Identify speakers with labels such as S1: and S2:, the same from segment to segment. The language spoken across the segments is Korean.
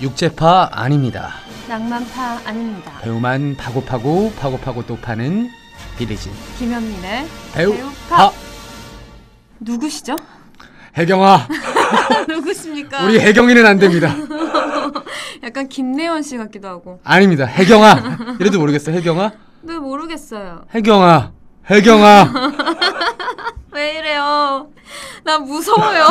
S1: 육제파 아닙니다.
S2: 낭만파 아닙니다.
S1: 배우만 파고 파고 파고 파고 또 파는 빌리진
S2: 김현민의
S1: 배우파 아,
S2: 누구시죠?
S1: 해경아
S2: 누구십니까?
S1: 우리 해경이는 안 됩니다.
S2: 약간 김내원 씨 같기도 하고.
S1: 아닙니다. 해경아 이래도 모르겠어. 해경아
S2: 네 모르겠어요.
S1: 해경아 해경아
S2: 왜 이래요? 나 무서워요.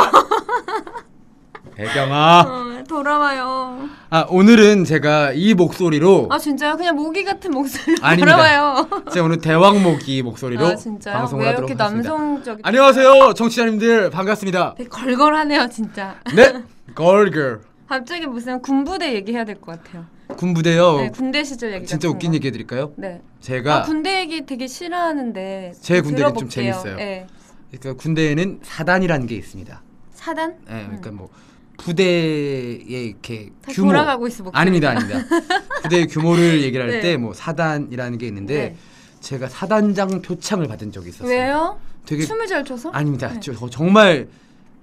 S1: 해경아
S2: 어, 돌아와요.
S1: 아 오늘은 제가 이 목소리로
S2: 아 진짜요? 그냥 모기 같은 목소리로
S1: 아닙니다.
S2: 돌아와요.
S1: 제가 오늘 대왕모기 목소리로
S2: 아 진짜요?
S1: 방송을
S2: 왜
S1: 하도록
S2: 이렇게
S1: 하겠습니다.
S2: 남성적인?
S1: 안녕하세요 정치자님들 반갑습니다.
S2: 되게 걸걸하네요 진짜.
S1: 네 걸gir
S2: 갑자기 무슨 군부대 얘기해야 될 것 같아요.
S1: 군부대요.
S2: 네, 군대 시절 얘기.
S1: 어. 아, 진짜
S2: 같은
S1: 웃긴
S2: 거.
S1: 얘기 해드릴까요?
S2: 네.
S1: 제가
S2: 아, 군대 얘기 되게 싫어하는데.
S1: 제 군대 얘기 좀
S2: 들어볼게요.
S1: 재밌어요.
S2: 네.
S1: 그러니까 군대에는 사단이라는 게 있습니다.
S2: 사단?
S1: 예, 그러니까 뭐 부대의 이렇게
S2: 음. 다시
S1: 규모
S2: 돌아가고 있어 목소리.
S1: 아닙니다, 아닙니다. 부대의 규모를 얘기를 할
S2: 네.
S1: 때 뭐 사단이라는 게 있는데
S2: 네.
S1: 제가 사단장 표창을 받은 적이 있었어요.
S2: 왜요?
S1: 되게
S2: 춤을 잘 춰서?
S1: 아닙니다.
S2: 네.
S1: 저- 정말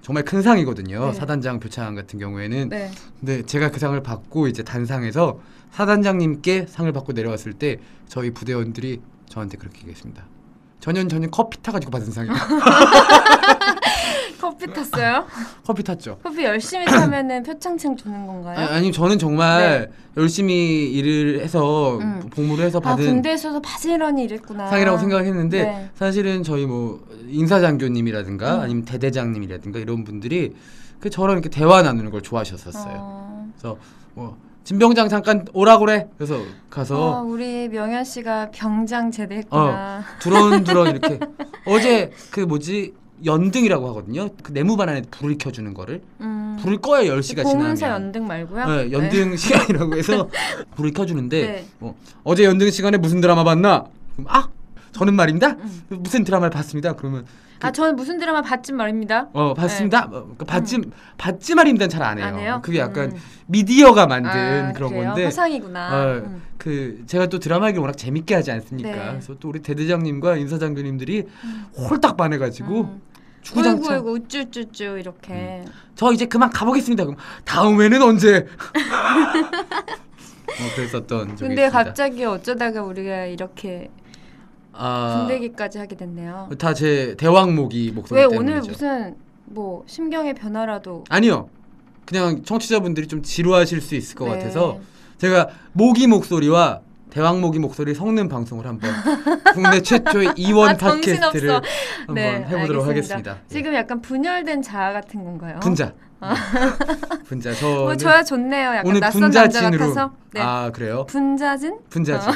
S1: 정말 큰 상이거든요.
S2: 네.
S1: 사단장 표창 같은 경우에는
S2: 네.
S1: 근데 제가 그 상을 받고 이제 단상에서 사단장님께 상을 받고 내려왔을 때 저희 부대원들이 저한테 그렇게 얘기했습니다. 전현 전현 커피 타가지고 받은 상이다.
S2: 커피 탔어요?
S1: 커피 탔죠.
S2: 커피 열심히 타면은 표창장 주는
S1: 아니,
S2: 건가요?
S1: 아니 저는 정말 열심히 일을 해서
S2: 네. 음.
S1: 복무를 해서
S2: 아,
S1: 받은
S2: 군대에서도 바지런이 이랬구나.
S1: 상이라고 생각을 했는데
S2: 네.
S1: 사실은 저희 뭐 인사장교님이라든가
S2: 음.
S1: 아니면 대대장님이라든가 이런 분들이 그 저랑 이렇게 대화 나누는 걸 좋아하셨었어요.
S2: 어.
S1: 그래서 뭐 진병장 잠깐 오라 그래. 그래서
S2: 아,
S1: 가서
S2: 우리 명현 씨가 병장 제대했구나.
S1: 두런두런 이렇게 어제 그 뭐지 연등이라고 하거든요. 그 내무반 안에 불을 켜주는 거를
S2: 음.
S1: 불을 꺼야 10시가
S2: 보문서
S1: 어. 지나면
S2: 연등 말고요.
S1: 네, 연등 시간이라고 해서 불을 켜주는데
S2: 네.
S1: 뭐, 어제 연등 시간에 무슨 드라마 봤나? 그럼 아 저는 말입니다.
S2: 음.
S1: 무슨 드라마를 봤습니다. 그러면
S2: 아, 저는 무슨 드라마 봤지 말입니다.
S1: 어 봤습니다. 어, 그러니까 봤지 봤지 말입니다. 잘 안 해요.
S2: 네. 안 해요?
S1: 그게 약간
S2: 음.
S1: 미디어가 만든
S2: 아,
S1: 그런
S2: 그래요?
S1: 건데
S2: 허상이구나.
S1: 어,
S2: 음.
S1: 그 제가 또 드라마 얘기를 워낙 재밌게 하지 않습니까?
S2: 네.
S1: 그래서 또 우리 대대장님과 인사장교님들이 홀딱 반해가지고
S2: 음.
S1: 주구장창 음.
S2: 어이구, 어이구, 우쭈쭈쭈 이렇게.
S1: 저 이제 그만 가보겠습니다. 그럼 다음에는 언제? 어, 그랬었던 적이
S2: 근데
S1: 있습니다.
S2: 갑자기 어쩌다가 우리가 이렇게
S1: 아,
S2: 군대기까지 하게 됐네요.
S1: 다 제 대왕모기 목소리
S2: 왜
S1: 때문이죠.
S2: 오늘 무슨 뭐 심경의 변화라도
S1: 아니요. 그냥 청취자분들이 좀 지루하실 수 있을 것
S2: 네.
S1: 같아서 제가 모기 목소리와 대왕모기 목소리 섞는 방송을 한번 국내 최초의 이원
S2: 아, 정신없어.
S1: 팟캐스트를 한번
S2: 네,
S1: 해보도록
S2: 알겠습니다.
S1: 하겠습니다. 예.
S2: 지금 약간 분열된 자아 같은 건가요?
S1: 분자. 네. 분자. 저는
S2: 뭐 저야 좋네요. 약간
S1: 오늘
S2: 낯선 남자
S1: 분자진으로.
S2: 같아서. 네. 어.
S1: 아 그래요?
S2: 분자진?
S1: 분자진.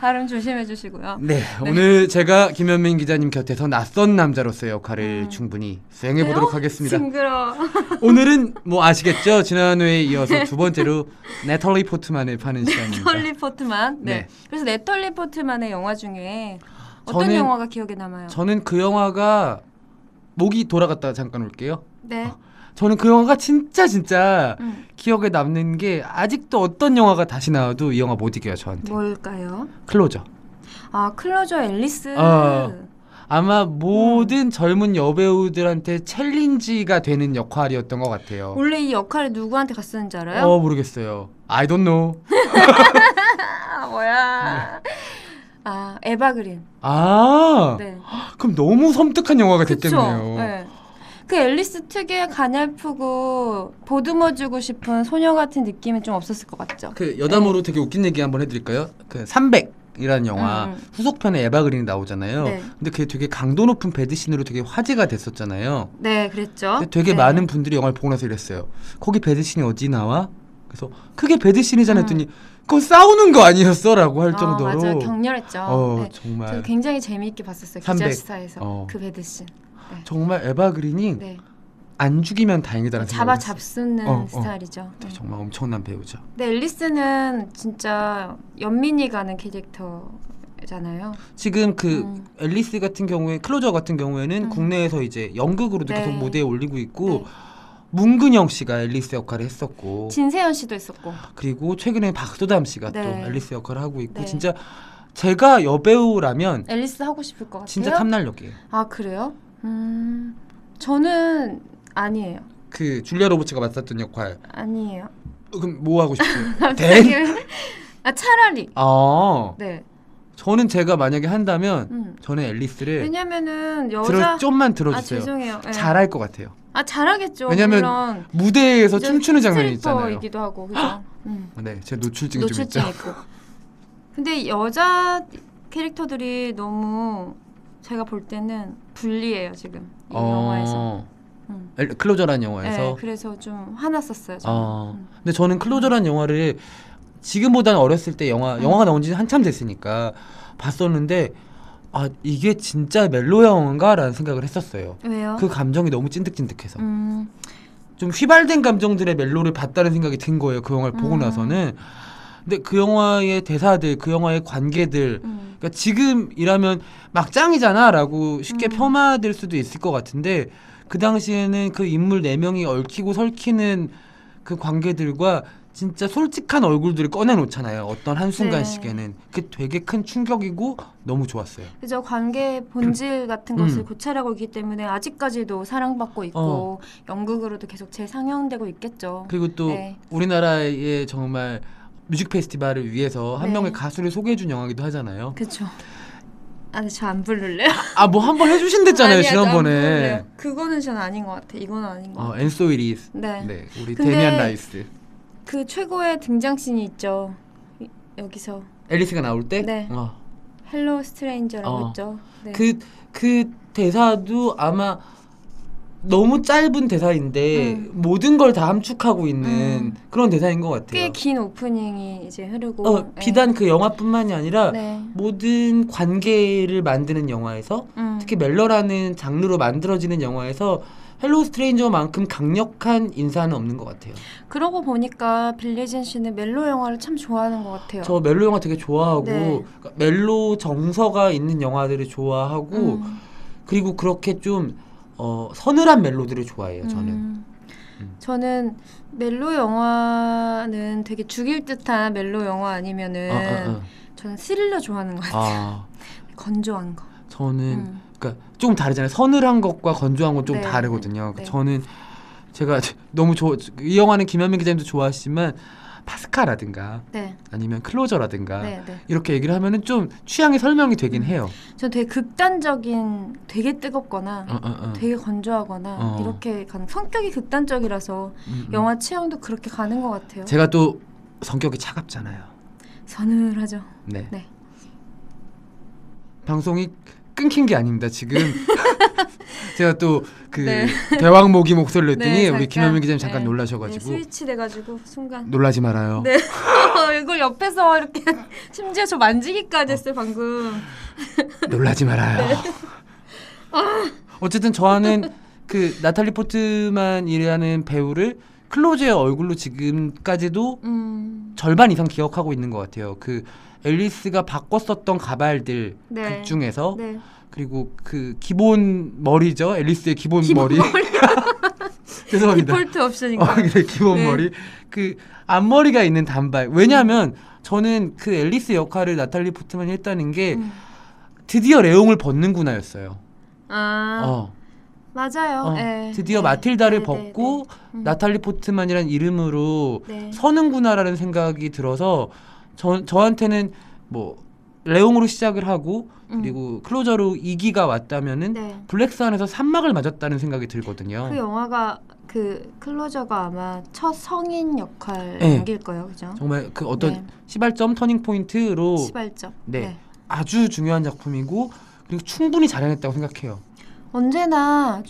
S2: 발음 조심해 주시고요.
S1: 네, 오늘 제가 김현민 기자님 곁에서 낯선 남자로서의 역할을
S2: 음.
S1: 충분히 수행해 보도록 하겠습니다.
S2: 징그러.
S1: 오늘은 뭐 아시겠죠? 지난 회에 이어서 두 번째로 네털리 포트만을 파는 시간입니다.
S2: 네털리 포트만. 네.
S1: 네.
S2: 그래서 네털리 포트만의 영화 중에 어떤
S1: 저는-
S2: 영화가 기억에 남아요?
S1: 저는 그 영화가 목이 돌아갔다 잠깐 올게요.
S2: 네.
S1: 저는 그 영화가 진짜 진짜
S2: 음.
S1: 기억에 남는 게 아직도 어떤 영화가 다시 나와도 이 영화 못 이겨요 저한테.
S2: 뭐? 뭘까요?
S1: 클로저.
S2: 아 클로저 앨리스.
S1: 아. 아마
S2: 음.
S1: 모든 젊은 여배우들한테 챌린지가 되는 역할이었던 것 같아요.
S2: 원래 이 역할이 누구한테 갔었는지 알아요?
S1: 어 모르겠어요. I don't know.
S2: 아 뭐야.
S1: 네.
S2: 아 에바 그린.
S1: 아
S2: 네.
S1: 그럼 너무 섬뜩한 영화가 됐겠네요.
S2: 네. 그 앨리스 특유의 가냘프고 보듬어주고 싶은 소녀 같은 느낌이 좀 없었을 것 같죠.
S1: 그 여담으로 되게 웃긴 얘기 한번 해드릴까요? 그 300이라는 영화
S2: 음, 음.
S1: 후속편에 에바 그린이 나오잖아요.
S2: 네.
S1: 근데 그게 되게 강도 높은 배드신으로 되게 화제가 됐었잖아요.
S2: 네, 그랬죠.
S1: 근데 되게
S2: 네.
S1: 많은 분들이 영화를 보고 나서 이랬어요. 거기 배드신이 어디 나와? 그래서 그게 배드신이잖아 했더니 그건 싸우는 거 아니었어라고 할
S2: 어,
S1: 정도로
S2: 음. 맞아요, 격렬했죠.
S1: 어,
S2: 네. 저
S1: 정말
S2: 굉장히 재미있게 봤었어요.
S1: 300.
S2: 기자시사에서
S1: 어.
S2: 그 배드신.
S1: 정말 에바 그린이
S2: 네.
S1: 안 죽이면 다행이다라는
S2: 잡아
S1: 생각을 했어요.
S2: 잡수는
S1: 어, 어.
S2: 스타일이죠.
S1: 되게
S2: 네.
S1: 정말 엄청난 배우죠.
S2: 근데 앨리스는 진짜 연민이 가는 캐릭터잖아요.
S1: 지금 그
S2: 음.
S1: 앨리스 같은 경우에 클로저 같은 경우에는
S2: 음.
S1: 국내에서 이제 연극으로도
S2: 네.
S1: 계속 무대에 올리고 있고
S2: 네.
S1: 문근영 씨가 앨리스 역할을 했었고
S2: 진세현 씨도 있었고.
S1: 그리고 최근에 박소담 씨가
S2: 네.
S1: 또 앨리스 역할을 하고 있고
S2: 네.
S1: 진짜 제가 여배우라면
S2: 앨리스 하고 싶을 것 같아요.
S1: 진짜 탐날력이에요.
S2: 아 그래요? 음 저는 아니에요.
S1: 그 줄리아 로버츠가 맡았던 역할
S2: 아니에요.
S1: 그럼 뭐 하고 싶어요? 댄?
S2: 아 차라리
S1: 아
S2: 네.
S1: 저는 제가 만약에 한다면
S2: 음.
S1: 저는 앨리스를
S2: 왜냐면은 여자
S1: 네. 들어 좀만
S2: 아
S1: 들어주세요.
S2: 죄송해요. 예.
S1: 잘할 것 같아요.
S2: 아 잘하겠죠.
S1: 왜냐면
S2: 물론
S1: 무대에서
S2: 이제
S1: 춤추는 장면이 있잖아요.
S2: 스트리퍼이기도 하고 그죠. 음.
S1: 네, 제 노출증이 좀
S2: 노출증
S1: 있죠.
S2: 있고. 근데 여자 캐릭터들이 너무 제가 볼 때는 불리해요 지금 이 영화에서. 음.
S1: 엘- 클로저라는
S2: 네,
S1: 어, 영화에서.
S2: 그래서 좀 화났었어요. 저는.
S1: 어.
S2: 음.
S1: 근데 저는 클로저라는 영화를 지금보다는 어렸을 때 영화
S2: 음.
S1: 영화가 나온 지 한참 됐으니까 봤었는데 아 이게 진짜 멜로 영화인가라는 생각을 했었어요.
S2: 왜요?
S1: 그 감정이 너무 찐득찐득해서
S2: 음,
S1: 좀 휘발된 감정들의 멜로를 봤다는 생각이 든 거예요. 그 영화를 보고
S2: 음.
S1: 나서는 근데 그 영화의 대사들, 그 영화의 관계들
S2: 음.
S1: 그러니까 지금이라면 막 짱이잖아라고 쉽게
S2: 음.
S1: 폄하될 수도 있을 것 같은데 그 당시에는 그 인물 네 명이 얽히고 설키는 그 관계들과 진짜 솔직한 얼굴들을 꺼내놓잖아요. 어떤 한
S2: 네.
S1: 순간씩에는 그 되게 큰 충격이고 너무 좋았어요.
S2: 그죠 관계 본질 같은 것을
S1: 음.
S2: 고찰하고 있기 때문에 아직까지도 사랑받고 있고
S1: 어.
S2: 영국으로도 계속 재상영되고 있겠죠.
S1: 그리고 또
S2: 네.
S1: 우리나라의 정말 뮤직 페스티벌을 위해서 한
S2: 네.
S1: 명의 가수를 소개해준 영화기도 하잖아요.
S2: 그쵸. 아니 저 안 부를래요.
S1: 아 뭐 한 번 해주신댔잖아요
S2: 아니야, 저안
S1: 지난번에.
S2: 부를래요. 그거는 전 아닌 것 같아. 이건 아닌 것
S1: 어
S2: 같아.
S1: 엔소 이리스.
S2: 네.
S1: 네 우리
S2: 근데-
S1: 데미안 라이스.
S2: 그 최고의 등장씬이 있죠. 이- 여기서
S1: 앨리스가 나올 때.
S2: 네.
S1: 어.
S2: 헬로 스트레인저라고
S1: 어.
S2: 했죠. 네.
S1: 그 그 대사도 아마 너무 짧은 대사인데
S2: 음.
S1: 모든 걸 다 함축하고 있는
S2: 음.
S1: 그런 대사인 것 같아요.
S2: 꽤긴 오프닝이 이제 흐르고
S1: 네. 어,
S2: 네.
S1: 비단 그 영화뿐만이 아니라
S2: 네.
S1: 모든 관계를 만드는 영화에서
S2: 음.
S1: 특히 멜러라는 장르로 만들어지는 영화에서 헬로 스트레인저만큼 강력한 인사는 없는 것 같아요.
S2: 그러고 보니까 빌리진 씨는 멜로 영화를 참 좋아하는 것 같아요.
S1: 저 멜로 영화 되게 좋아하고
S2: 네.
S1: 그러니까 멜로 정서가 있는 영화들을 좋아하고
S2: 음.
S1: 그리고 그렇게 좀 어, 서늘한 멜로들을 좋아해요. 저는.
S2: 음.
S1: 음.
S2: 저는 멜로 영화는 되게 죽일 듯한 멜로 영화 아니면은
S1: 아,
S2: 저는 스릴러 좋아하는 것
S1: 아, 아.
S2: 같아요.
S1: 아,
S2: 건조한 거.
S1: 저는
S2: 음.
S1: 그러니까 조금 다르잖아요. 서늘한 것과 건조한 건 좀
S2: 네.
S1: 다르거든요. 그러니까
S2: 네.
S1: 저는 제가 너무 좋아 이 영화는 김현민 기자님도 좋아하시지만 파스카라든가
S2: 네,
S1: 아니면 클로저라든가
S2: 네, 네.
S1: 이렇게 얘기를 하면은 좀 취향이 설명이 되긴
S2: 음.
S1: 해요.
S2: 전 되게 극단적인, 되게 뜨겁거나
S1: 어, 어, 어.
S2: 되게 건조하거나
S1: 어.
S2: 이렇게 가는 성격이 극단적이라서
S1: 음, 음.
S2: 영화 취향도 그렇게 가는 것 같아요.
S1: 제가 또 성격이 차갑잖아요.
S2: 서늘하죠.
S1: 네.
S2: 네.
S1: 방송이 끊긴 게 아닙니다. 지금 제가 또 그
S2: 네.
S1: 대왕모기 목소리를 했더니
S2: 네,
S1: 우리
S2: 잠깐.
S1: 김현민 기자님 잠깐
S2: 네. 네,
S1: 놀라셔가지고
S2: 스위치 돼가지고 순간
S1: 놀라지 말아요.
S2: 네. 이걸 옆에서 이렇게 심지어 저 만지기까지 했어요 방금.
S1: 놀라지 말아요.
S2: 네.
S1: 어쨌든 저와는 그 나탈리 포트만이라는 배우를 클로즈의 얼굴로 지금까지도
S2: 음,
S1: 절반 이상 기억하고 있는 것 같아요. 그 앨리스가 바꿨었던 가발들
S2: 네.
S1: 극 중에서
S2: 네.
S1: 그리고 그 기본 머리죠. 앨리스의 기본,
S2: 기본
S1: 머리. 죄송합니다.
S2: 디폴트 옵션인
S1: 어,
S2: 거예요.
S1: 그래, 기본
S2: 네.
S1: 머리. 그 앞머리가 있는 단발.
S2: 음.
S1: 왜냐하면 저는 그 앨리스 역할을 나탈리 포트만이 했다는 게
S2: 음.
S1: 드디어 레옹을 벗는구나였어요.
S2: 아
S1: 어.
S2: 맞아요.
S1: 어,
S2: 네.
S1: 드디어
S2: 네.
S1: 마틸다를
S2: 네,
S1: 벗고
S2: 네. 음.
S1: 나탈리 포트만이란 이름으로
S2: 네.
S1: 서는구나라는 생각이 들어서 저, 저한테는 뭐 레옹으로 시작을 하고
S2: 음.
S1: 그리고 클로저로 2기가 왔다면은
S2: 네.
S1: 블랙스완에서 산막을 맞았다는 생각이 들거든요.
S2: 그 영화가 그 클로저가 아마 첫 성인 역할
S1: 네.
S2: 연기일 거예요, 그죠?
S1: 정말 그 어떤
S2: 네.
S1: 시발점 터닝 포인트로
S2: 시발점.
S1: 네. 아주 중요한 작품이고 그리고 충분히 잘해냈다고 생각해요.
S2: 언제나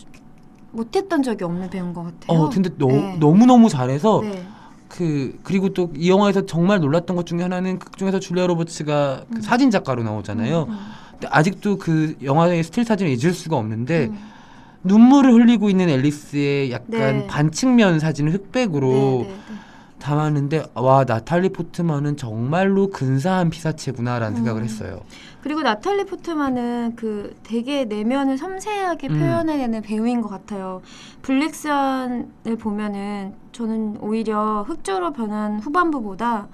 S2: 못했던 적이 없는 배우인 것 같아요.
S1: 어, 근데 너,
S2: 네.
S1: 너무 너무 잘해서
S2: 네.
S1: 그 그리고 또 이 영화에서 정말 놀랐던 것 중에 하나는 극 중에서 줄리아 로버츠가 그
S2: 음.
S1: 사진 작가로 나오잖아요.
S2: 음,
S1: 근데 아직도 그 영화의 스틸 사진을 잊을 수가 없는데
S2: 음.
S1: 눈물을 흘리고 있는 앨리스의 약간
S2: 네.
S1: 반측면 사진을 흑백으로
S2: 네, 네, 네.
S1: 담았는데 와 나탈리 포트만은 정말로 근사한 피사체구나라는 생각을
S2: 음.
S1: 했어요.
S2: 그리고 나탈리 포트만은 그 되게 내면을 섬세하게
S1: 음.
S2: 표현해내는 배우인 것 같아요. 블랙스완을 보면은 저는 오히려 흑조로 변한 후반부보다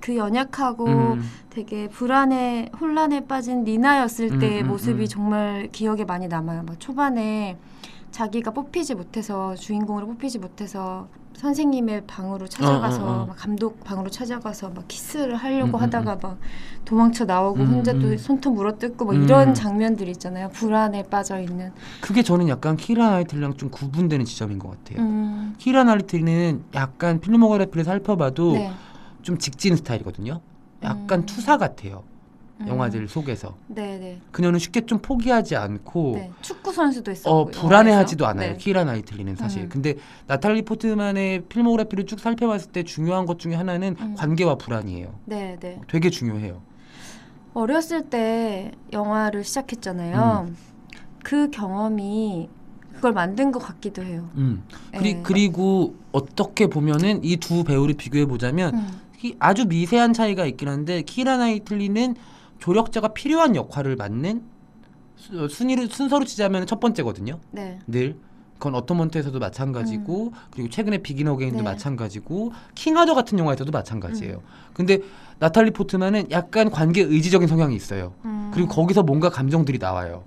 S2: 그 연약하고
S1: 음.
S2: 되게 불안에 혼란에 빠진 리나였을
S1: 음,
S2: 때의
S1: 음,
S2: 모습이
S1: 음.
S2: 정말 기억에 많이 남아요. 막 초반에 자기가 뽑히지 못해서 주인공으로 뽑히지 못해서 선생님의 방으로 찾아가서
S1: 어, 어, 어.
S2: 막 감독 방으로 찾아가서 막 키스를 하려고
S1: 음, 음,
S2: 하다가 막 도망쳐 나오고
S1: 음,
S2: 혼자 또
S1: 음.
S2: 손톱 물어뜯고 뭐
S1: 음.
S2: 이런 장면들 있잖아요. 불안에 빠져 있는.
S1: 그게 저는 약간 키라 나이틀랑 좀 구분되는 지점인 것 같아요.
S2: 음.
S1: 키라 나이틀은 약간 필모그래피를 살펴봐도
S2: 네.
S1: 좀 직진 스타일이거든요. 약간
S2: 음.
S1: 투사 같아요.
S2: 음.
S1: 영화들 속에서.
S2: 네, 네.
S1: 그녀는 쉽게 좀 포기하지 않고
S2: 네. 축구 선수도 했었고.
S1: 어, 불안해하지도
S2: 영화에서.
S1: 않아요.
S2: 네.
S1: 키라 나이틀리는 사실.
S2: 음.
S1: 근데 나탈리 포트만의 필모그래피를 쭉 살펴봤을 때 중요한 것 중에 하나는
S2: 음.
S1: 관계와 불안이에요.
S2: 네, 네.
S1: 되게 중요해요.
S2: 어렸을 때 영화를 시작했잖아요.
S1: 음.
S2: 그 경험이 그걸 만든 것 같기도 해요.
S1: 음. 그리,
S2: 예.
S1: 그리고 어떻게 보면은 이 두 배우를 비교해 보자면
S2: 음.
S1: 이- 아주 미세한 차이가 있긴 한데 키라 나이틀리는 조력자가 필요한 역할을 맡는 수- 순위를 순서로 치자면 첫 번째거든요.
S2: 네.
S1: 늘 그건 어터먼트에서도 마찬가지고 그리고 최근에 비긴 어게인도
S2: 음. 네.
S1: 마찬가지고 킹하더 같은 영화에서도 마찬가지예요.
S2: 음.
S1: 근데 나탈리 포트만은 약간 관계 의지적인 성향이 있어요.
S2: 음.
S1: 그리고 거기서 뭔가 감정들이 나와요.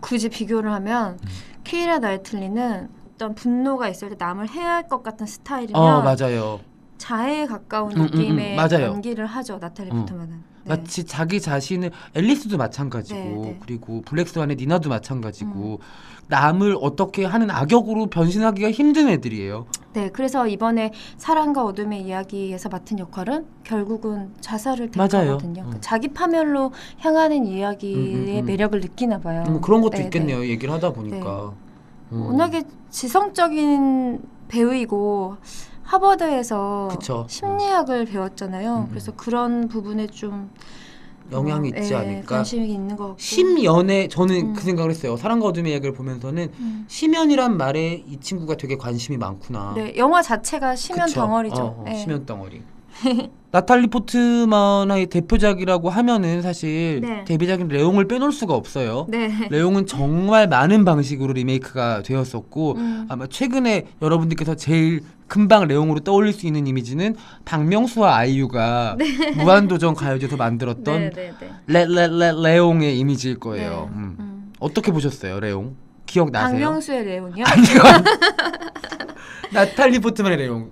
S2: 굳이 비교를 하면
S1: 음.
S2: 케이라 나이틀리는 어떤 분노가 있을 때 남을 해야 할 것 같은 스타일이면
S1: 어 맞아요.
S2: 자해에 가까운
S1: 음, 음, 음.
S2: 느낌의
S1: 맞아요.
S2: 연기를 하죠 나탈리
S1: 음.
S2: 포트만은. 네.
S1: 마치 자기 자신을 앨리스도 마찬가지고
S2: 네, 음. 네.
S1: 그리고 블랙스완의 니나도 마찬가지고 남을 어떻게 하는 악역으로 변신하기가 힘든 애들이에요.
S2: 네, 그래서 이번에 사랑과 어둠의 이야기에서 맡은 역할은 결국은 자살을
S1: 맞아요.
S2: 택하거든요.
S1: 음.
S2: 그러니까 자기 파멸로 향하는 이야기의
S1: 음, 음, 음.
S2: 매력을 느끼나 봐요.
S1: 음, 그런 것도
S2: 네, 네.
S1: 있겠네요. 얘기를 하다 보니까. 음.
S2: 워낙에 지성적인 배우이고 하버드에서
S1: 그쵸.
S2: 뭐 심리학을 배웠잖아요.
S1: 음.
S2: 그래서 그런 부분에 좀
S1: 영향이
S2: 어,
S1: 있지
S2: 예,
S1: 않을까.
S2: 관심이 있는 것 같고.
S1: 심연애 저는
S2: 음.
S1: 그 생각을 했어요. 사랑과 어둠의 이야기를 보면서는
S2: 음.
S1: 심연이란 말에 이 친구가 되게 관심이 많구나.
S2: 네, 영화 자체가 심연
S1: 그쵸?
S2: 덩어리죠.
S1: 어, 어,
S2: 예.
S1: 심연 덩어리. 나탈리 포트만의 대표작이라고 하면은 사실
S2: 네.
S1: 데뷔작인 레옹을 빼놓을 수가 없어요.
S2: 네.
S1: 레옹은 정말 많은 방식으로 리메이크가 되었었고
S2: 음.
S1: 아마 최근에 여러분들께서 제일 금방 레옹으로 떠올릴 수 있는 이미지는 박명수와 아이유가 무한도전 가요제에서
S2: 네,
S1: 만들었던
S2: 네, 네.
S1: 레레레 레옹의 이미지일 거예요.
S2: 네.
S1: 음.
S2: 음.
S1: 어떻게 보셨어요, 레옹? 기억
S2: 네,
S1: 나세요?
S2: 박명수의 레온이요?
S1: 나탈리 포트만의 레옹.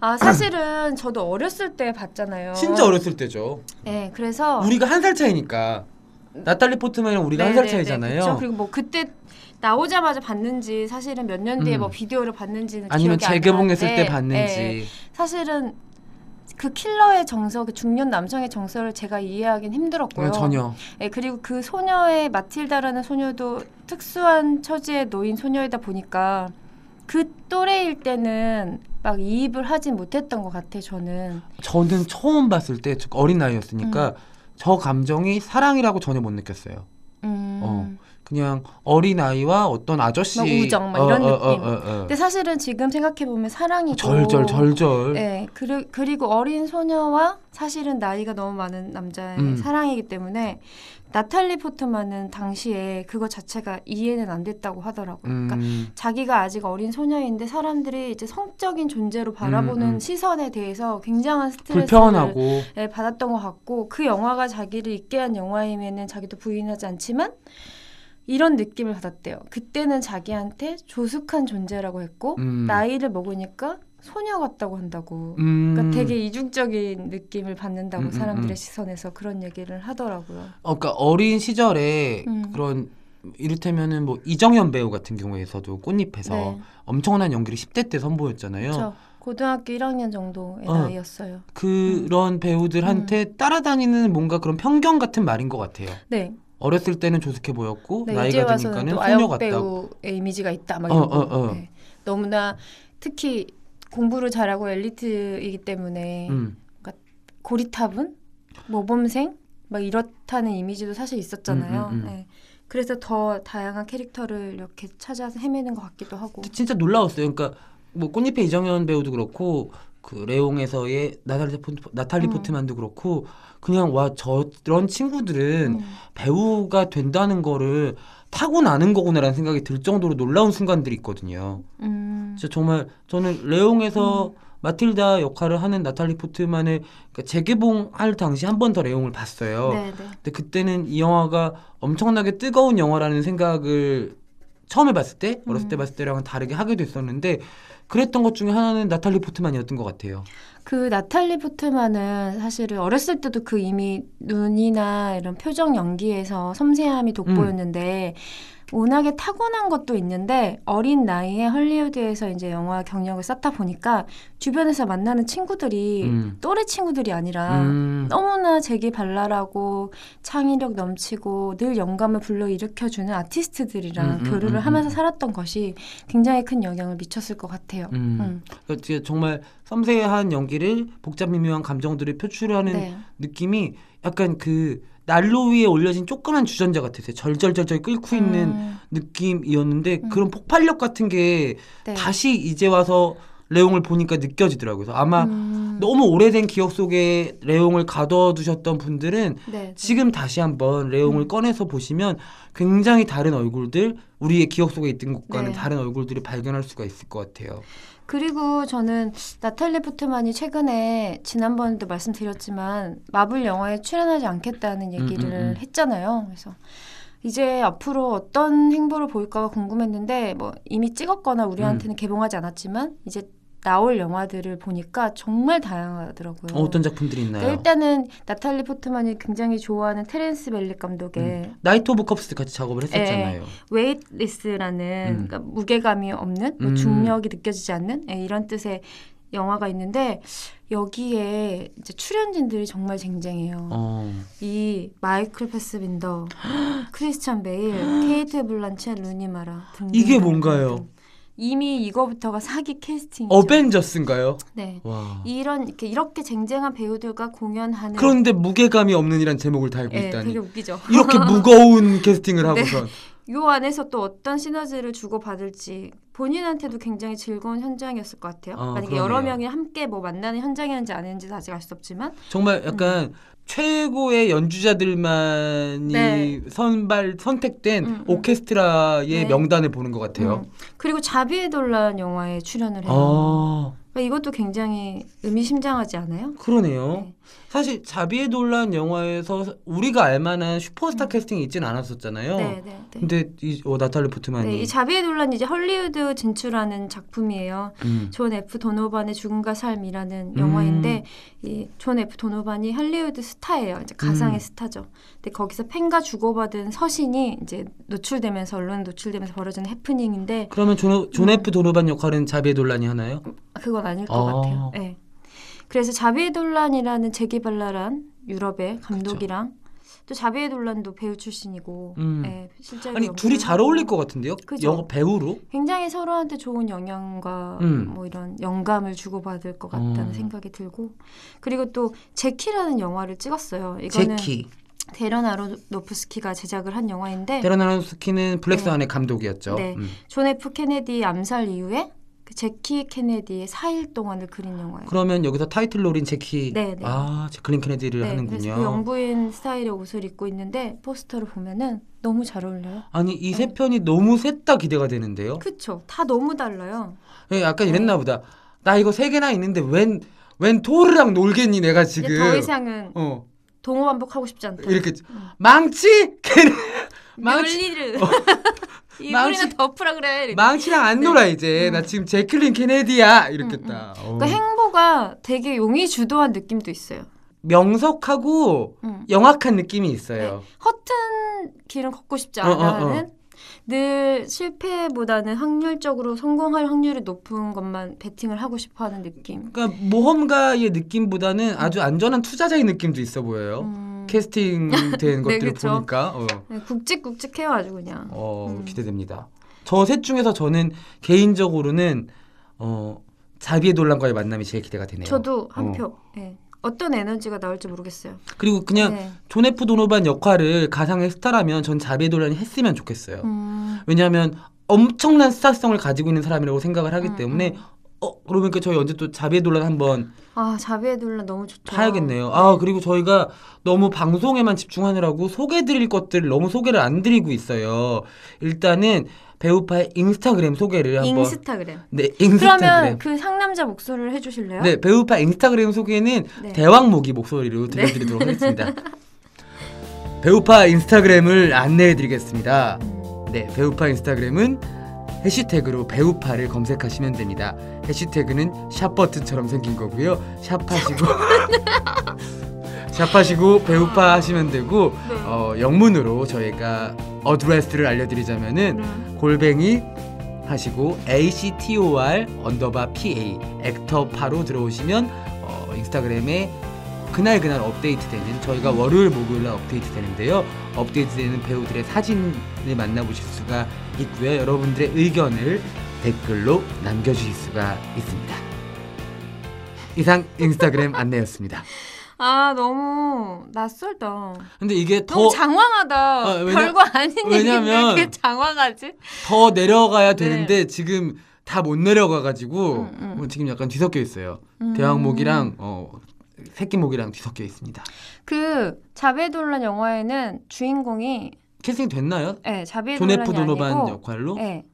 S2: 아 사실은 저도 어렸을 때 봤잖아요.
S1: 진짜 어렸을 때죠.
S2: 네, 그래서
S1: 우리가 한 살 차이니까. 나탈리 포트만이랑 우리가 한 살
S2: 네네네,
S1: 차이잖아요.
S2: 그쵸. 그리고 뭐 그때 나오자마자 봤는지 사실은 몇 년 뒤에
S1: 음.
S2: 뭐 비디오를 봤는지는
S1: 아니면
S2: 기억이 안
S1: 재개봉했을
S2: 나는데,
S1: 때 봤는지.
S2: 예, 사실은 그 킬러의 정서, 그 중년 남성의 정서를 제가 이해하긴 힘들었고요.
S1: 그건 어, 전혀.
S2: 예, 그리고 그 소녀의 마틸다라는 소녀도 특수한 처지에 놓인 소녀이다 보니까 그 또래일 때는 막 이입을 하진 못했던 것 같아 저는.
S1: 저는 처음 봤을 때저 어린 나이였으니까 저 감정이 사랑이라고 전혀 못 느꼈어요.
S2: 음.
S1: 어. 그냥 어린 아이와 어떤 어, 아저씨
S2: 막뭐 우정, 막 이런 느낌. 근데 사실은 지금 생각해 보면 사랑이고
S1: 어, 절절 절절.
S2: 네, 그리, 그리고 어린 소녀와 사실은 나이가 너무 많은 남자의
S1: 음.
S2: 사랑이기 때문에 나탈리 포트만은 당시에 그거 자체가 이해는 안 됐다고 하더라고요. 그러니까
S1: 음,
S2: 자기가 아직 어린 소녀인데 사람들이 이제 성적인 존재로 바라보는
S1: 음, 음.
S2: 시선에 대해서 굉장한 스트레스를
S1: 불편하고
S2: 예, 받았던 것 같고 그 영화가 자기를 있게 한 영화임에는 자기도 부인하지 않지만 이런 느낌을 받았대요. 그때는 자기한테 조숙한 존재라고 했고
S1: 음.
S2: 나이를 먹으니까 소녀 같다고 한다고.
S1: 음.
S2: 그러니까 되게 이중적인 느낌을 받는다고
S1: 음, 음,
S2: 사람들의
S1: 음.
S2: 시선에서 그런 얘기를 하더라고요.
S1: 어, 그러니까 어린 시절에
S2: 음.
S1: 그런 이를테면은 뭐 이정현 배우 같은 경우에서도 꽃잎에서
S2: 네.
S1: 엄청난 연기를 10대 때 선보였잖아요.
S2: 저 고등학교 1학년 정도의
S1: 어.
S2: 나이였어요.
S1: 그런
S2: 음.
S1: 배우들한테 따라다니는 뭔가 그런 편견 같은 말인 것 같아요.
S2: 네.
S1: 어렸을 때는 조숙해 보였고
S2: 네, 이제
S1: 나이가
S2: 와서는
S1: 드니까는
S2: 또
S1: 소녀
S2: 아역
S1: 같다고.
S2: 배우의 이미지가 있다 막
S1: 어,
S2: 이러고
S1: 어, 어.
S2: 네. 너무나 특히 공부를 잘하고 엘리트이기 때문에
S1: 음,
S2: 고리타분, 모범생 막 이렇다는 이미지도 사실
S1: 음,
S2: 있었잖아요.
S1: 음, 음.
S2: 네. 그래서 더 다양한 캐릭터를 이렇게 찾아서 헤매는 것 같기도 하고.
S1: 근데 진짜 놀라웠어요. 그러니까 뭐 꽃잎의 이정현 배우도 그렇고 그 레옹에서의 나탈리, 포, 나탈리
S2: 음.
S1: 포트만도 그렇고 그냥 와 저런 친구들은
S2: 음.
S1: 배우가 된다는 거를 타고나는 거구나라는 생각이 들 정도로 놀라운 순간들이 있거든요.
S2: 음.
S1: 진짜 정말 저는 레옹에서 마틸다 역할을 하는 나탈리 포트만을 그러니까 재개봉할 당시 한 번 더 레옹을 봤어요.
S2: 네, 네.
S1: 근데 그때는 이 영화가 엄청나게 뜨거운 영화라는 생각을 처음에 봤을 때 어렸을
S2: 음.
S1: 때 봤을 때랑은 다르게 하게 됐었는데 그랬던 것 중에 하나는 나탈리 포트만이었던 것 같아요.
S2: 그 나탈리 포트만은 사실은 어렸을 때도 그 이미 눈이나 이런 표정 연기에서 섬세함이 돋보였는데 워낙에 타고난 것도 있는데 어린 나이에 헐리우드에서 이제 영화 경력을 쌓다 보니까 주변에서 만나는 친구들이
S1: 음.
S2: 또래 친구들이 예. 아니라
S1: 음.
S2: 너무나 재기 발랄하고 창의력 넘치고 늘 영감을 불러일으켜주는 아티스트들이랑
S1: 음, 음,
S2: 교류를
S1: 음,
S2: 하면서
S1: 음.
S2: 살았던 것이 굉장히 큰 영향을 미쳤을 것 같아요.
S1: 음.
S2: 음.
S1: 그러니까 진짜 정말 섬세한 연기를 복잡 미묘한 감정들을 표출하는
S2: 네.
S1: 느낌이 약간 그 난로 위에 올려진 조그만 주전자 같았어요. 절절절절 끓고 있는
S2: 음,
S1: 느낌이었는데
S2: 음.
S1: 그런 폭발력 같은 게
S2: 네.
S1: 다시 이제 와서 레옹을 보니까 느껴지더라고요. 그래서 아마
S2: 음,
S1: 너무 오래된 기억 속에 레옹을 가둬두셨던 분들은
S2: 네.
S1: 지금 다시 한번 레옹을
S2: 음.
S1: 꺼내서 보시면 굉장히 다른 얼굴들, 우리의 기억 속에 있던 것과는
S2: 네.
S1: 다른 얼굴들을 발견할 수가 있을 것 같아요.
S2: 그리고 저는 나탈리 포트만이 최근에 지난번에도 말씀드렸지만 마블 영화에 출연하지 않겠다는 얘기를
S1: 음, 음, 음.
S2: 했잖아요. 그래서 이제 앞으로 어떤 행보를 보일까가 궁금했는데 뭐 이미 찍었거나 우리한테는
S1: 음.
S2: 개봉하지 않았지만 이제 나올 영화들을 보니까 정말 다양하더라고요.
S1: 어, 떤 작품들이 있나요?
S2: 그러니까 일단은 나탈리 포트만이 굉장히 좋아하는 테렌스 멜릭 감독의
S1: 나이트 오브 컵스 같이 작업을 했었잖아요.
S2: 예. 웨이트리스라는
S1: 음.
S2: 그러니까 무게감이 없는 뭐
S1: 음.
S2: 중력이 느껴지지 않는 예, 이런 뜻의 영화가 있는데 여기에 이제 출연진들이 정말 쟁쟁해요.
S1: 어.
S2: 음. 이 마이클 패스빈더, 크리스찬 베일, 케이트 블란쳇, 루니마라 등
S1: 이게 뭔가요? 어,
S2: 이미 이거부터가 사기 캐스팅이죠.
S1: 어벤져스인가요?
S2: 네.
S1: 와.
S2: 이런 이렇게, 이렇게 쟁쟁한 배우들과 공연하는
S1: 그런데 무게감이 없는 이란 제목을 달고
S2: 예,
S1: 있다니.
S2: 되게 웃기죠.
S1: 이렇게 무거운 캐스팅을
S2: 네.
S1: 하고선
S2: 요 안에서 또 어떤 시너지를 주고받을지 본인한테도 굉장히 즐거운 현장이었을 것 같아요.
S1: 어,
S2: 만약에
S1: 그러네요.
S2: 여러 명이 함께 뭐 만나는 현장이었는지 아닌지 아직 알 수 없지만
S1: 정말
S2: 음.
S1: 약간 최고의 연주자들만이
S2: 네.
S1: 선발 선택된
S2: 음, 음.
S1: 오케스트라의
S2: 네.
S1: 명단을 보는 것 같아요.
S2: 음. 네. 그리고 자비에 돌란 영화에 출연을 해요.
S1: 아
S2: 그러니까 이것도 굉장히 의미심장하지 않아요?
S1: 그러네요.
S2: 네.
S1: 사실 자비에 돌란 영화에서 우리가 알만한 슈퍼스타
S2: 음.
S1: 캐스팅이 있진 않았었잖아요.
S2: 네, 네, 네.
S1: 근데 이 어, 나탈리 포트만이
S2: 네, 이 자비에 돌란 이제 헐리우드 진출하는 작품이에요.
S1: 음.
S2: 존 F 도노반의 죽음과 삶이라는
S1: 음.
S2: 영화인데 이 존 F 도노반이 할리우드 스타예요. 이제 가상의
S1: 음.
S2: 스타죠. 근데 거기서 팬과 주고받은 서신이 이제 노출되면서 언론에 노출되면서 벌어지는 해프닝인데
S1: 그러면 존, 존
S2: 음.
S1: F 도노반 역할은 자비에 돌란이 하나요?
S2: 그건 아닐 것
S1: 아.
S2: 같아요. 네. 그래서 자비에 돌란이라는 재기발랄한 유럽의 감독이랑 또 자비에 돌란도 배우 출신이고
S1: 음.
S2: 네, 실제로
S1: 아니 둘이
S2: 연기를
S1: 잘
S2: 하고
S1: 어울릴 것 같은데요?
S2: 그죠.
S1: 영어 배우로?
S2: 굉장히 서로한테 좋은 영향과
S1: 음.
S2: 뭐 이런 영감을 주고받을 것 같다는
S1: 음.
S2: 생각이 들고 그리고 또 제키라는 영화를 찍었어요. 이거는
S1: 제키
S2: 데런 아로노프스키가 제작을 한 영화인데
S1: 데런 아론스키는 블랙스완의 감독이었죠.
S2: 네.
S1: 음.
S2: 존 F 케네디 암살 이후에 그 제키 케네디의 4일 동안을 그린 영화예요.
S1: 그러면 여기서 타이틀롤인 제키
S2: 네, 네.
S1: 아 제클린 케네디를
S2: 그래서
S1: 하는군요.
S2: 그 영부인 스타일의 옷을 입고 있는데 포스터를 보면은 너무 잘 어울려요.
S1: 아니 이 세
S2: 네.
S1: 편이 너무 셋 다 기대가 되는데요.
S2: 그쵸? 다 너무 달라요.
S1: 예, 약간
S2: 네.
S1: 이랬나 보다. 나 이거 세 개나 있는데 웬 웬 토르랑 놀겠니 내가
S2: 이제
S1: 지금.
S2: 더 이상은
S1: 어
S2: 동호 반복하고 싶지 않다.
S1: 이렇게
S2: 음.
S1: 망치 걔는 망치 어.
S2: 논리를
S1: 망치-
S2: 이불이나 덮으라 그래. 이렇게.
S1: 망치랑 안
S2: 네.
S1: 놀아 이제 나
S2: 음.
S1: 지금 제클린 케네디야 이렇겠다. 어.
S2: 그 행보가 되게 용이 주도한 느낌도 있어요.
S1: 명석하고
S2: 음.
S1: 영악한 느낌이 있어요.
S2: 허튼 길은 걷고 싶지
S1: 어, 어, 어.
S2: 않다는 늘 실패보다는 확률적으로 성공할 확률이 높은 것만 베팅을 하고 싶어하는 느낌.
S1: 그러니까 모험가의 느낌보다는 아주 안전한 투자자의 느낌도 있어 보여요.
S2: 음,
S1: 캐스팅된
S2: 네,
S1: 것들을
S2: 그쵸.
S1: 보니까 어,
S2: 네, 굵직굵직해요 아주 그냥.
S1: 어,
S2: 음.
S1: 기대됩니다. 저 셋 중에서 저는 개인적으로는 어, 자비의 논란과의 만남이 제일 기대가 되네요.
S2: 저도 한
S1: 어.
S2: 표. 예. 어떤 에너지가 나올지 모르겠어요.
S1: 그리고 그냥
S2: 네.
S1: 존 F 도노반 역할을 가상의 스타라면 전 자비의 논란이 했으면 좋겠어요.
S2: 음,
S1: 왜냐하면 엄청난 스타성을 가지고 있는 사람이라고 생각을 하기
S2: 음,
S1: 때문에
S2: 음.
S1: 어 그러니까 저희 언제 또 자비의 논란 한번
S2: 아 자비의 둘라 너무 좋죠.
S1: 파야겠네요. 아 그리고 저희가 너무 방송에만 집중하느라고 소개드릴 것들을 너무 소개를 안 드리고 있어요. 일단은 배우파의 인스타그램 소개를 한번
S2: 인스타그램.
S1: 네 인스타그램
S2: 그러면 그 상남자 목소리를 해주실래요?
S1: 네 배우파 인스타그램 소개는
S2: 네.
S1: 대왕목이 목소리로 들려드리도록 하겠습니다. 배우파 인스타그램을 안내해드리겠습니다.
S2: 음,
S1: 네, 배우파 인스타그램은 해시태그로 배우파를 검색하시면 됩니다. 해시태그는 샵버튼처럼 생긴 거고요. 샵하시고 샵하시고 배우파 하시면 되고 어, 영문으로 저희가 어드레스를
S2: 네.
S1: 알려드리자면은 골뱅이 하시고 actor 언더바 pa 액터파로 들어오시면 어, 인스타그램에 그날 그날 업데이트되는 저희가 월요일 목요일날 업데이트되는데요. 업데이트되는 배우들의 사진을 만나보실 수가 있고요. 여러분들의 의견을 댓글로 남겨주실 수가 있습니다. 이상 인스타그램 안내였습니다.
S2: 아 너무 낯설다.
S1: 근데 이게
S2: 너무
S1: 더
S2: 장황하다.
S1: 아, 왜냐-
S2: 별거 아닌 얘기인데
S1: 왜냐면-
S2: 왜 장황하지?
S1: 더 내려가야
S2: 네.
S1: 되는데 지금 다 못 내려가가지고
S2: 음, 음.
S1: 뭐 지금 약간 뒤섞여 있어요.
S2: 음.
S1: 대왕목이랑 어, 새끼목이랑 뒤섞여 있습니다.
S2: 그 자베돌란 영화에는 주인공이
S1: 캐스팅 됐나요?
S2: 예,
S1: 존
S2: 자베돌란이
S1: F 도노반
S2: 아니고
S1: 역할로
S2: 예.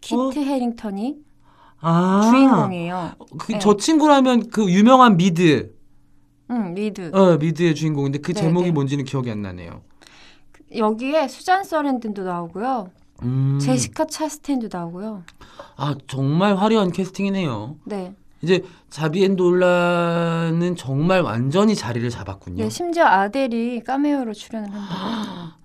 S2: 키트
S1: 어?
S2: 해링턴이
S1: 아
S2: 주인공이에요.
S1: 그,
S2: 네.
S1: 저 친구라면 그 유명한 미드
S2: 응, 음, 리드.
S1: 어, 미드의 주인공인데 그
S2: 네,
S1: 제목이
S2: 네.
S1: 뭔지는 기억이 안 나네요.
S2: 여기에 수잔 서렌든도 나오고요.
S1: 음.
S2: 제시카 차스테인도 나오고요.
S1: 아 정말 화려한 캐스팅이네요.
S2: 네.
S1: 이제 자비엔 돌라는 정말 완전히 자리를 잡았군요.
S2: 네, 심지어 아델이 카메오로 출연을
S1: 아.
S2: 한다.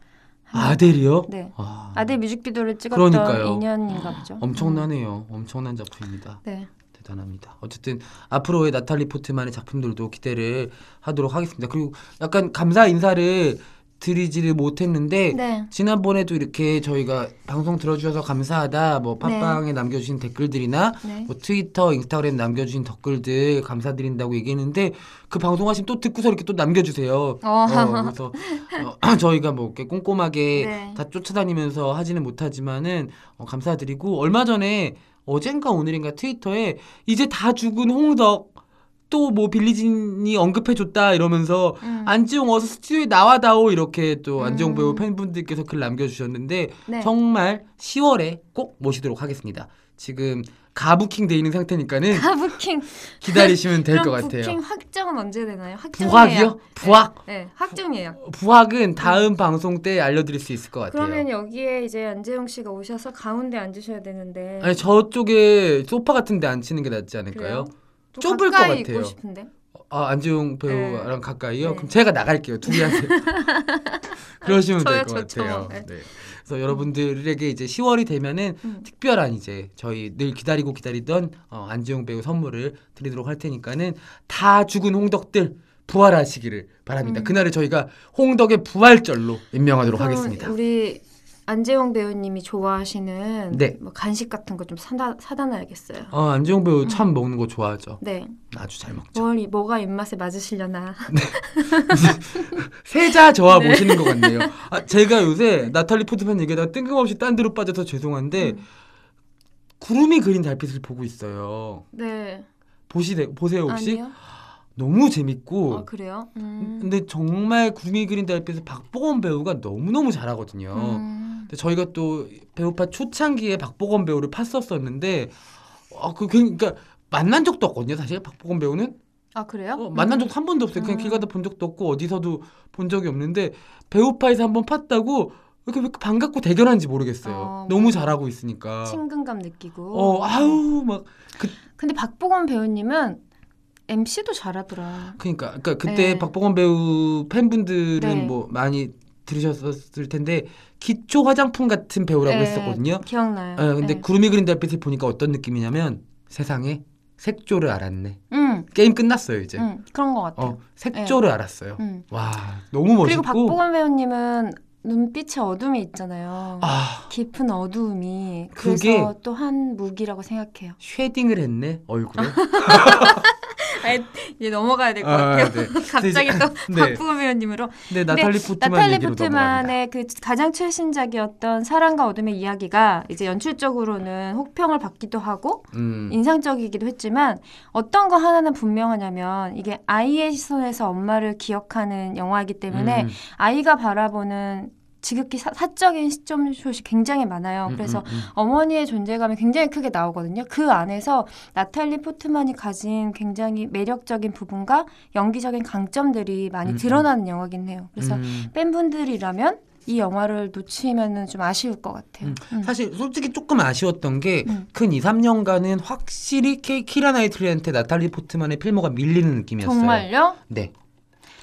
S1: 아델이요?
S2: 네.
S1: 아,
S2: 아델 뮤직비디오를 찍었던
S1: 그러니까요.
S2: 인연인가 보죠.
S1: 엄청나네요. 엄청난 작품입니다.
S2: 음, 네.
S1: 대단합니다. 어쨌든 앞으로의 나탈리 포트만의 작품들도 기대를 하도록 하겠습니다. 그리고 약간 감사 인사를 드리지를 못했는데
S2: 네.
S1: 지난번에도 이렇게 저희가 방송 들어주셔서 감사하다 뭐 팟빵에 남겨주신 댓글들이나
S2: 네.
S1: 뭐 트위터, 인스타그램 남겨주신 댓글들 감사드린다고 얘기했는데 그 방송하시면 또 듣고서 이렇게 또 남겨주세요.
S2: 어.
S1: 어, 그래서 어, 저희가 뭐 이렇게 꼼꼼하게
S2: 네.
S1: 다 쫓아다니면서 하지는 못하지만은 어, 감사드리고 얼마 전에 어젠가 오늘인가 트위터에 이제 다 죽은 홍덕 또 뭐 빌리진이 언급해줬다 이러면서
S2: 음,
S1: 안지용 어서 스튜디오에 나와다오 이렇게 또 안지용
S2: 음.
S1: 배우 팬분들께서 글 남겨주셨는데
S2: 네.
S1: 정말 10월에 꼭 모시도록 하겠습니다. 지금 가부킹 돼 있는 상태니까는
S2: 아, 부킹.
S1: 기다리시면 될 것
S2: 그럼
S1: 같아요.
S2: 부킹 확정은 언제 되나요? 확정
S1: 부학이요?
S2: 예약.
S1: 부학?
S2: 네, 확정 예약.
S1: 부학은 다음 방송 때 알려드릴 수 있을 것 같아요.
S2: 그러면 여기에 이제 안재영 씨가 오셔서 가운데 앉으셔야 되는데
S1: 아니 저쪽에 소파 같은 데 앉히는 게 낫지 않을까요?
S2: 그래요? 좀
S1: 좁을 것
S2: 가까이
S1: 같아요.
S2: 있고 싶은데
S1: 아, 안지용 배우랑
S2: 네.
S1: 가까이요?
S2: 네.
S1: 그럼 제가 나갈게요. 둘이 하세요. 그러시면 될
S2: 저요,
S1: 것
S2: 저, 저.
S1: 같아요.
S2: 네.
S1: 네. 그래서 여러분들에게 이제 10월이 되면은
S2: 음.
S1: 특별한 이제 저희 늘 기다리고 기다리던 어, 안지용 배우 선물을 드리도록 할 테니까는 다 죽은 홍덕들 부활하시기를 바랍니다.
S2: 음.
S1: 그날을 저희가 홍덕의 부활절로 임명하도록
S2: 그럼
S1: 하겠습니다.
S2: 우리 안재영 배우님이 좋아하시는
S1: 네.
S2: 뭐 간식 같은 거 좀 사다 사다 놔야겠어요.
S1: 어, 안지용 배우 참 먹는 거 좋아하죠.
S2: 네,
S1: 아주 잘 먹죠.
S2: 뭘 이- 뭐가 입맛에 맞으시려나.
S1: 세자 저와 보시는 것 같네요. 아, 제가 요새 나탈리 포트만 얘기하다가 뜬금없이 딴 데로 빠져서 죄송한데
S2: 음.
S1: 구름이 그린 달빛을 보고 있어요.
S2: 네,
S1: 보시대, 보세요 혹시?
S2: 아니요.
S1: 너무 재밌고
S2: 아 그래요? 음.
S1: 근데 정말 구름이 그린 달빛을 박보검 배우가 너무너무 잘하거든요.
S2: 음.
S1: 근데 저희가 또 배우파 초창기에 박보검 배우를 팠었었는데 아, 그 그러니까 만난 적도 없거든요. 사실 박보검 배우는
S2: 아 그래요?
S1: 어, 만난 적도 한 번도 없어요. 그냥
S2: 음.
S1: 길 가다 본 적도 없고 어디서도 본 적이 없는데 배우파에서 한 번 팠다고 이렇게 왜 이렇게 반갑고 대견한지 모르겠어요.
S2: 어,
S1: 너무
S2: 뭐.
S1: 잘하고 있으니까.
S2: 친근감 느끼고.
S1: 어, 아우 막
S2: 근데 박보검 배우님은 MC도 잘하더라.
S1: 그러니까 그러니까 그때
S2: 네.
S1: 박보검 배우 팬분들은
S2: 네.
S1: 뭐 많이 들으셨을 텐데 기초 화장품 같은 배우라고
S2: 네,
S1: 했었거든요.
S2: 기억나요. 예.
S1: 어, 근데 구름이 그린 달빛을 보니까 어떤 느낌이냐면 세상에 색조를 알았네.
S2: 음,
S1: 게임 끝났어요 이제.
S2: 음, 그런 것 같아요.
S1: 네. 어, 색조를 알았어요.
S2: 음.
S1: 와, 너무
S2: 그리고
S1: 멋있고.
S2: 박보검 배우님은 눈빛에 어둠이 있잖아요.
S1: 아,
S2: 깊은 어두움이
S1: 그게-
S2: 그래서 또 한 무기라고 생각해요.
S1: 쉐딩을 했네
S2: 아,
S1: 얼굴에.
S2: 이제 넘어가야 될 것
S1: 아,
S2: 같아요.
S1: 네.
S2: 갑자기 또
S1: 네.
S2: 박보검 배우님으로
S1: 네 나탈리 포트만
S2: 나탈리
S1: 얘기로 넘어갑니다.
S2: 포트만의 그 가장 최신작이었던 사랑과 어둠의 이야기가 이제 연출적으로는 혹평을 받기도 하고
S1: 음,
S2: 인상적이기도 했지만 어떤 거 하나는 분명하냐면 이게 아이의 시선에서 엄마를 기억하는 영화이기 때문에
S1: 음,
S2: 아이가 바라보는 지극히 사, 사적인 시점 소식 굉장히 많아요.
S1: 음,
S2: 그래서
S1: 음, 음.
S2: 어머니의 존재감이 굉장히 크게 나오거든요. 그 안에서 나탈리 포트만이 가진 굉장히 매력적인 부분과 연기적인 강점들이 많이
S1: 음,
S2: 드러나는 영화긴 해요. 그래서
S1: 음,
S2: 팬분들이라면 이 영화를 놓치면은 좀 아쉬울 것 같아요.
S1: 음,
S2: 음.
S1: 사실 솔직히 조금 아쉬웠던 게 큰
S2: 음.
S1: 2, 3년간은 확실히 케- 키라 나이틀리한테 나탈리 포트만의 필모가 밀리는 느낌이었어요.
S2: 정말요?
S1: 네.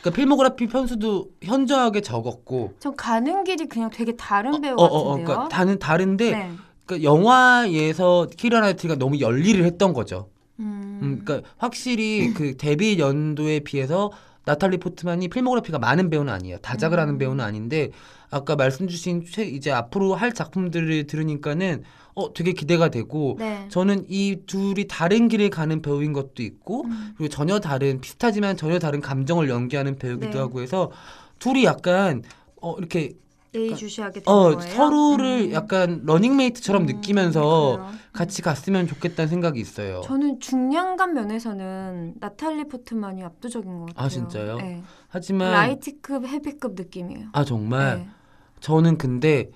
S1: 그러니까 필모그래피 편수도 현저하게 적었고
S2: 전 가는 길이 그냥 되게 다른 배우 같은데요.
S1: 그러니까 다는 다른데
S2: 네.
S1: 그러니까 영화에서 키라 나이틀리가 너무 열일을 했던 거죠.
S2: 음.
S1: 음, 그러니까 확실히 그 데뷔 연도에 비해서 나탈리 포트만이 필모그래피가 많은 배우는 아니에요. 다작을
S2: 음.
S1: 하는 배우는 아닌데 아까 말씀 주신 최- 이제 앞으로 할 작품들을 들으니까는 어 되게 기대가 되고
S2: 네.
S1: 뭐 저는 이 둘이 다른 길을 가는 배우인 것도 있고
S2: 음.
S1: 그리고 전혀 다른 비슷하지만 전혀 다른 감정을 연기하는 배우기도
S2: 네.
S1: 하고 해서 둘이 약간 어 이렇게
S2: 예의 주시하게 된
S1: 어
S2: 거예요.
S1: 서로를
S2: 음.
S1: 약간 러닝메이트처럼
S2: 음,
S1: 느끼면서
S2: 그래요.
S1: 같이 갔으면 좋겠다는 생각이 있어요.
S2: 저는 중량감 면에서는 나탈리 포트만이 압도적인 것 같아요.
S1: 아, 진짜요?
S2: 네.
S1: 하지만
S2: 라이트급 헤비급 느낌이에요.
S1: 아 정말
S2: 네.
S1: 저는 근데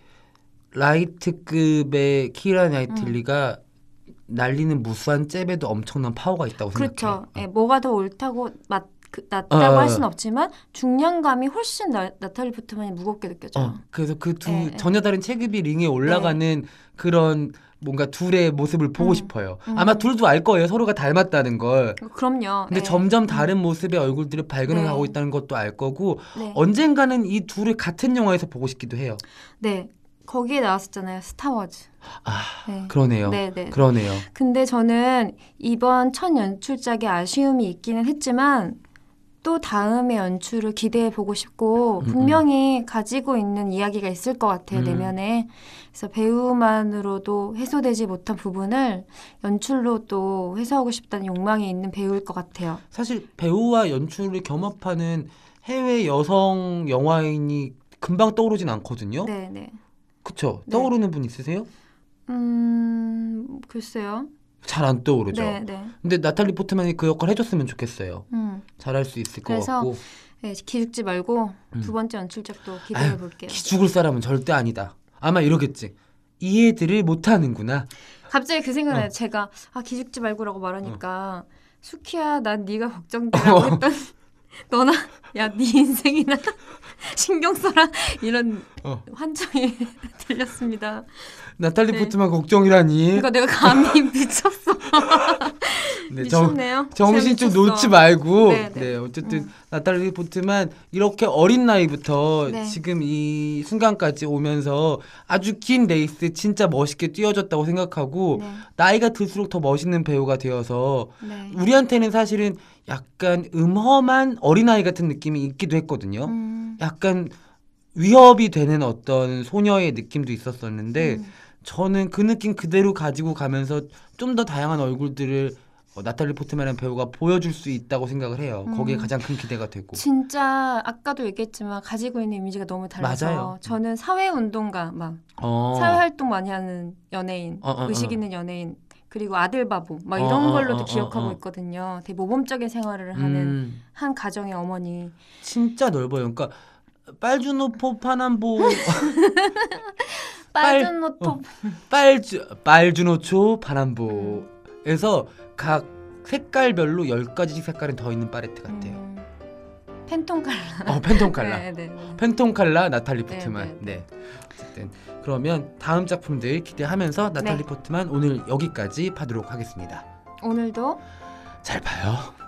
S1: 라이트급의 키라 나이틀리가
S2: 음.
S1: 날리는 무수한 잽에도 엄청난 파워가 있다고 생각해요.
S2: 그렇죠.
S1: 어.
S2: 예, 뭐가 더 옳다고 맞, 그, 낫다고
S1: 어, 어,
S2: 할 수는 없지만 중량감이 훨씬 나, 나탈리 포트만이 무겁게 느껴져요.
S1: 어, 그래서 그 두
S2: 그렇죠. 네, 네.
S1: 전혀 다른 체급이 링에 올라가는 그런 뭔가 둘의 모습을 보고
S2: 음,
S1: 싶어요.
S2: 음.
S1: 아마 둘도 알 거예요. 서로가 닮았다는 걸.
S2: 그럼요.
S1: 어. 근데
S2: 네.
S1: 점점 다른 모습의 얼굴들을 발견하고
S2: 네.
S1: 있다는 것도 알 거고
S2: 네.
S1: 언젠가는 이 둘을 같은 영화에서 보고 싶기도 해요.
S2: 네. 거기에 나왔었잖아요. 스타워즈.
S1: 아
S2: 네.
S1: 그러네요.
S2: 네, 네.
S1: 그러네요.
S2: 근데 저는 이번 첫 연출작에 아쉬움이 있기는 했지만 또 다음의 연출을 기대해 보고 싶고
S1: 음, 음.
S2: 분명히 가지고 있는 이야기가 있을 것 같아요
S1: 음.
S2: 내면에 그래서 배우만으로도 해소되지 못한 부분을 연출로 또 해소하고 싶다는 욕망이 있는 배우일 것 같아요.
S1: 사실 배우와 연출을 겸업하는 해외 여성 영화인이 금방 떠오르진 않거든요.
S2: 네, 네.
S1: 그쵸?
S2: 네.
S1: 떠오르는 분 있으세요?
S2: 음, 글쎄요.
S1: 잘 안 떠오르죠.
S2: 네, 네.
S1: 근데 나탈리 포트만이 그 역할 해줬으면 좋겠어요.
S2: 음,
S1: 잘할 수 있을 것
S2: 그래서
S1: 같고
S2: 네, 기죽지 말고
S1: 음.
S2: 두 번째 연출작도 기대해 볼게요.
S1: 기 죽을 사람은 절대 아니다. 아마 이러겠지. 이해들을 못하는구나.
S2: 갑자기 그 생각나요.
S1: 어.
S2: 제가 아 기죽지 말고라고 말하니까 수키야 난 네가 걱정돼라고
S1: 어.
S2: 했던 너나 야 네 인생이나 신경 써라 이런
S1: 어. 음.
S2: 환청이 들렸습니다.
S1: 나탈리
S2: 네.
S1: 포트만 걱정이라니.
S2: 이거 내가 감히 미쳤어.
S1: 네, 정,
S2: 미쳤네요.
S1: 정신 좀
S2: 재밌었어.
S1: 놓지 말고.
S2: 네,
S1: 네,
S2: 네.
S1: 어쨌든
S2: 음.
S1: 나탈리 포트만 이렇게 어린 나이부터
S2: 네.
S1: 지금 이 순간까지 오면서 아주 긴 레이스 진짜 멋있게 뛰어졌다고 생각하고
S2: 네,
S1: 나이가 들수록 더 멋있는 배우가 되어서
S2: 네.
S1: 우리한테는 사실은 약간 음험한 어린아이 같은 느낌이 있기도 했거든요.
S2: 음,
S1: 약간 위협이 되는 어떤 소녀의 느낌도 있었었는데
S2: 음.
S1: 저는 그 느낌 그대로 가지고 가면서 좀 더 다양한 얼굴들을 어, 나탈리 포트만의 배우가 보여줄 수 있다고 생각을 해요. 거기에
S2: 음.
S1: 가장 큰 기대가 되고.
S2: 진짜 아까도 얘기했지만 가지고 있는 이미지가 너무 달라서
S1: 맞아요.
S2: 저는 사회 운동가 막
S1: 어.
S2: 사회 활동 많이 하는 연예인,
S1: 어, 어, 어.
S2: 의식 있는 연예인, 그리고 아들 바보 막
S1: 어,
S2: 이런
S1: 어,
S2: 걸로도
S1: 어, 어,
S2: 기억하고
S1: 어.
S2: 있거든요. 되게 모범적인 생활을 하는
S1: 음,
S2: 한 가정의 어머니.
S1: 진짜 넓어요. 그러니까 빨주노포 파남보 빨- 어,
S2: 빨준 노톱
S1: 빨주 빨주노초 파남보에서 각 색깔별로 10가지씩 색깔은 더 있는 팔레트 같아요.
S2: 음, 팬톤 칼라.
S1: 어, 팬톤 칼라.
S2: 네, 네, 네.
S1: 팬톤 칼라 나탈리
S2: 네,
S1: 포트만.
S2: 네,
S1: 네. 어쨌든 그러면 다음 작품들 기대하면서
S2: 네.
S1: 나탈리 포트만 오늘 여기까지 파도록 하겠습니다.
S2: 오늘도
S1: 잘 봐요.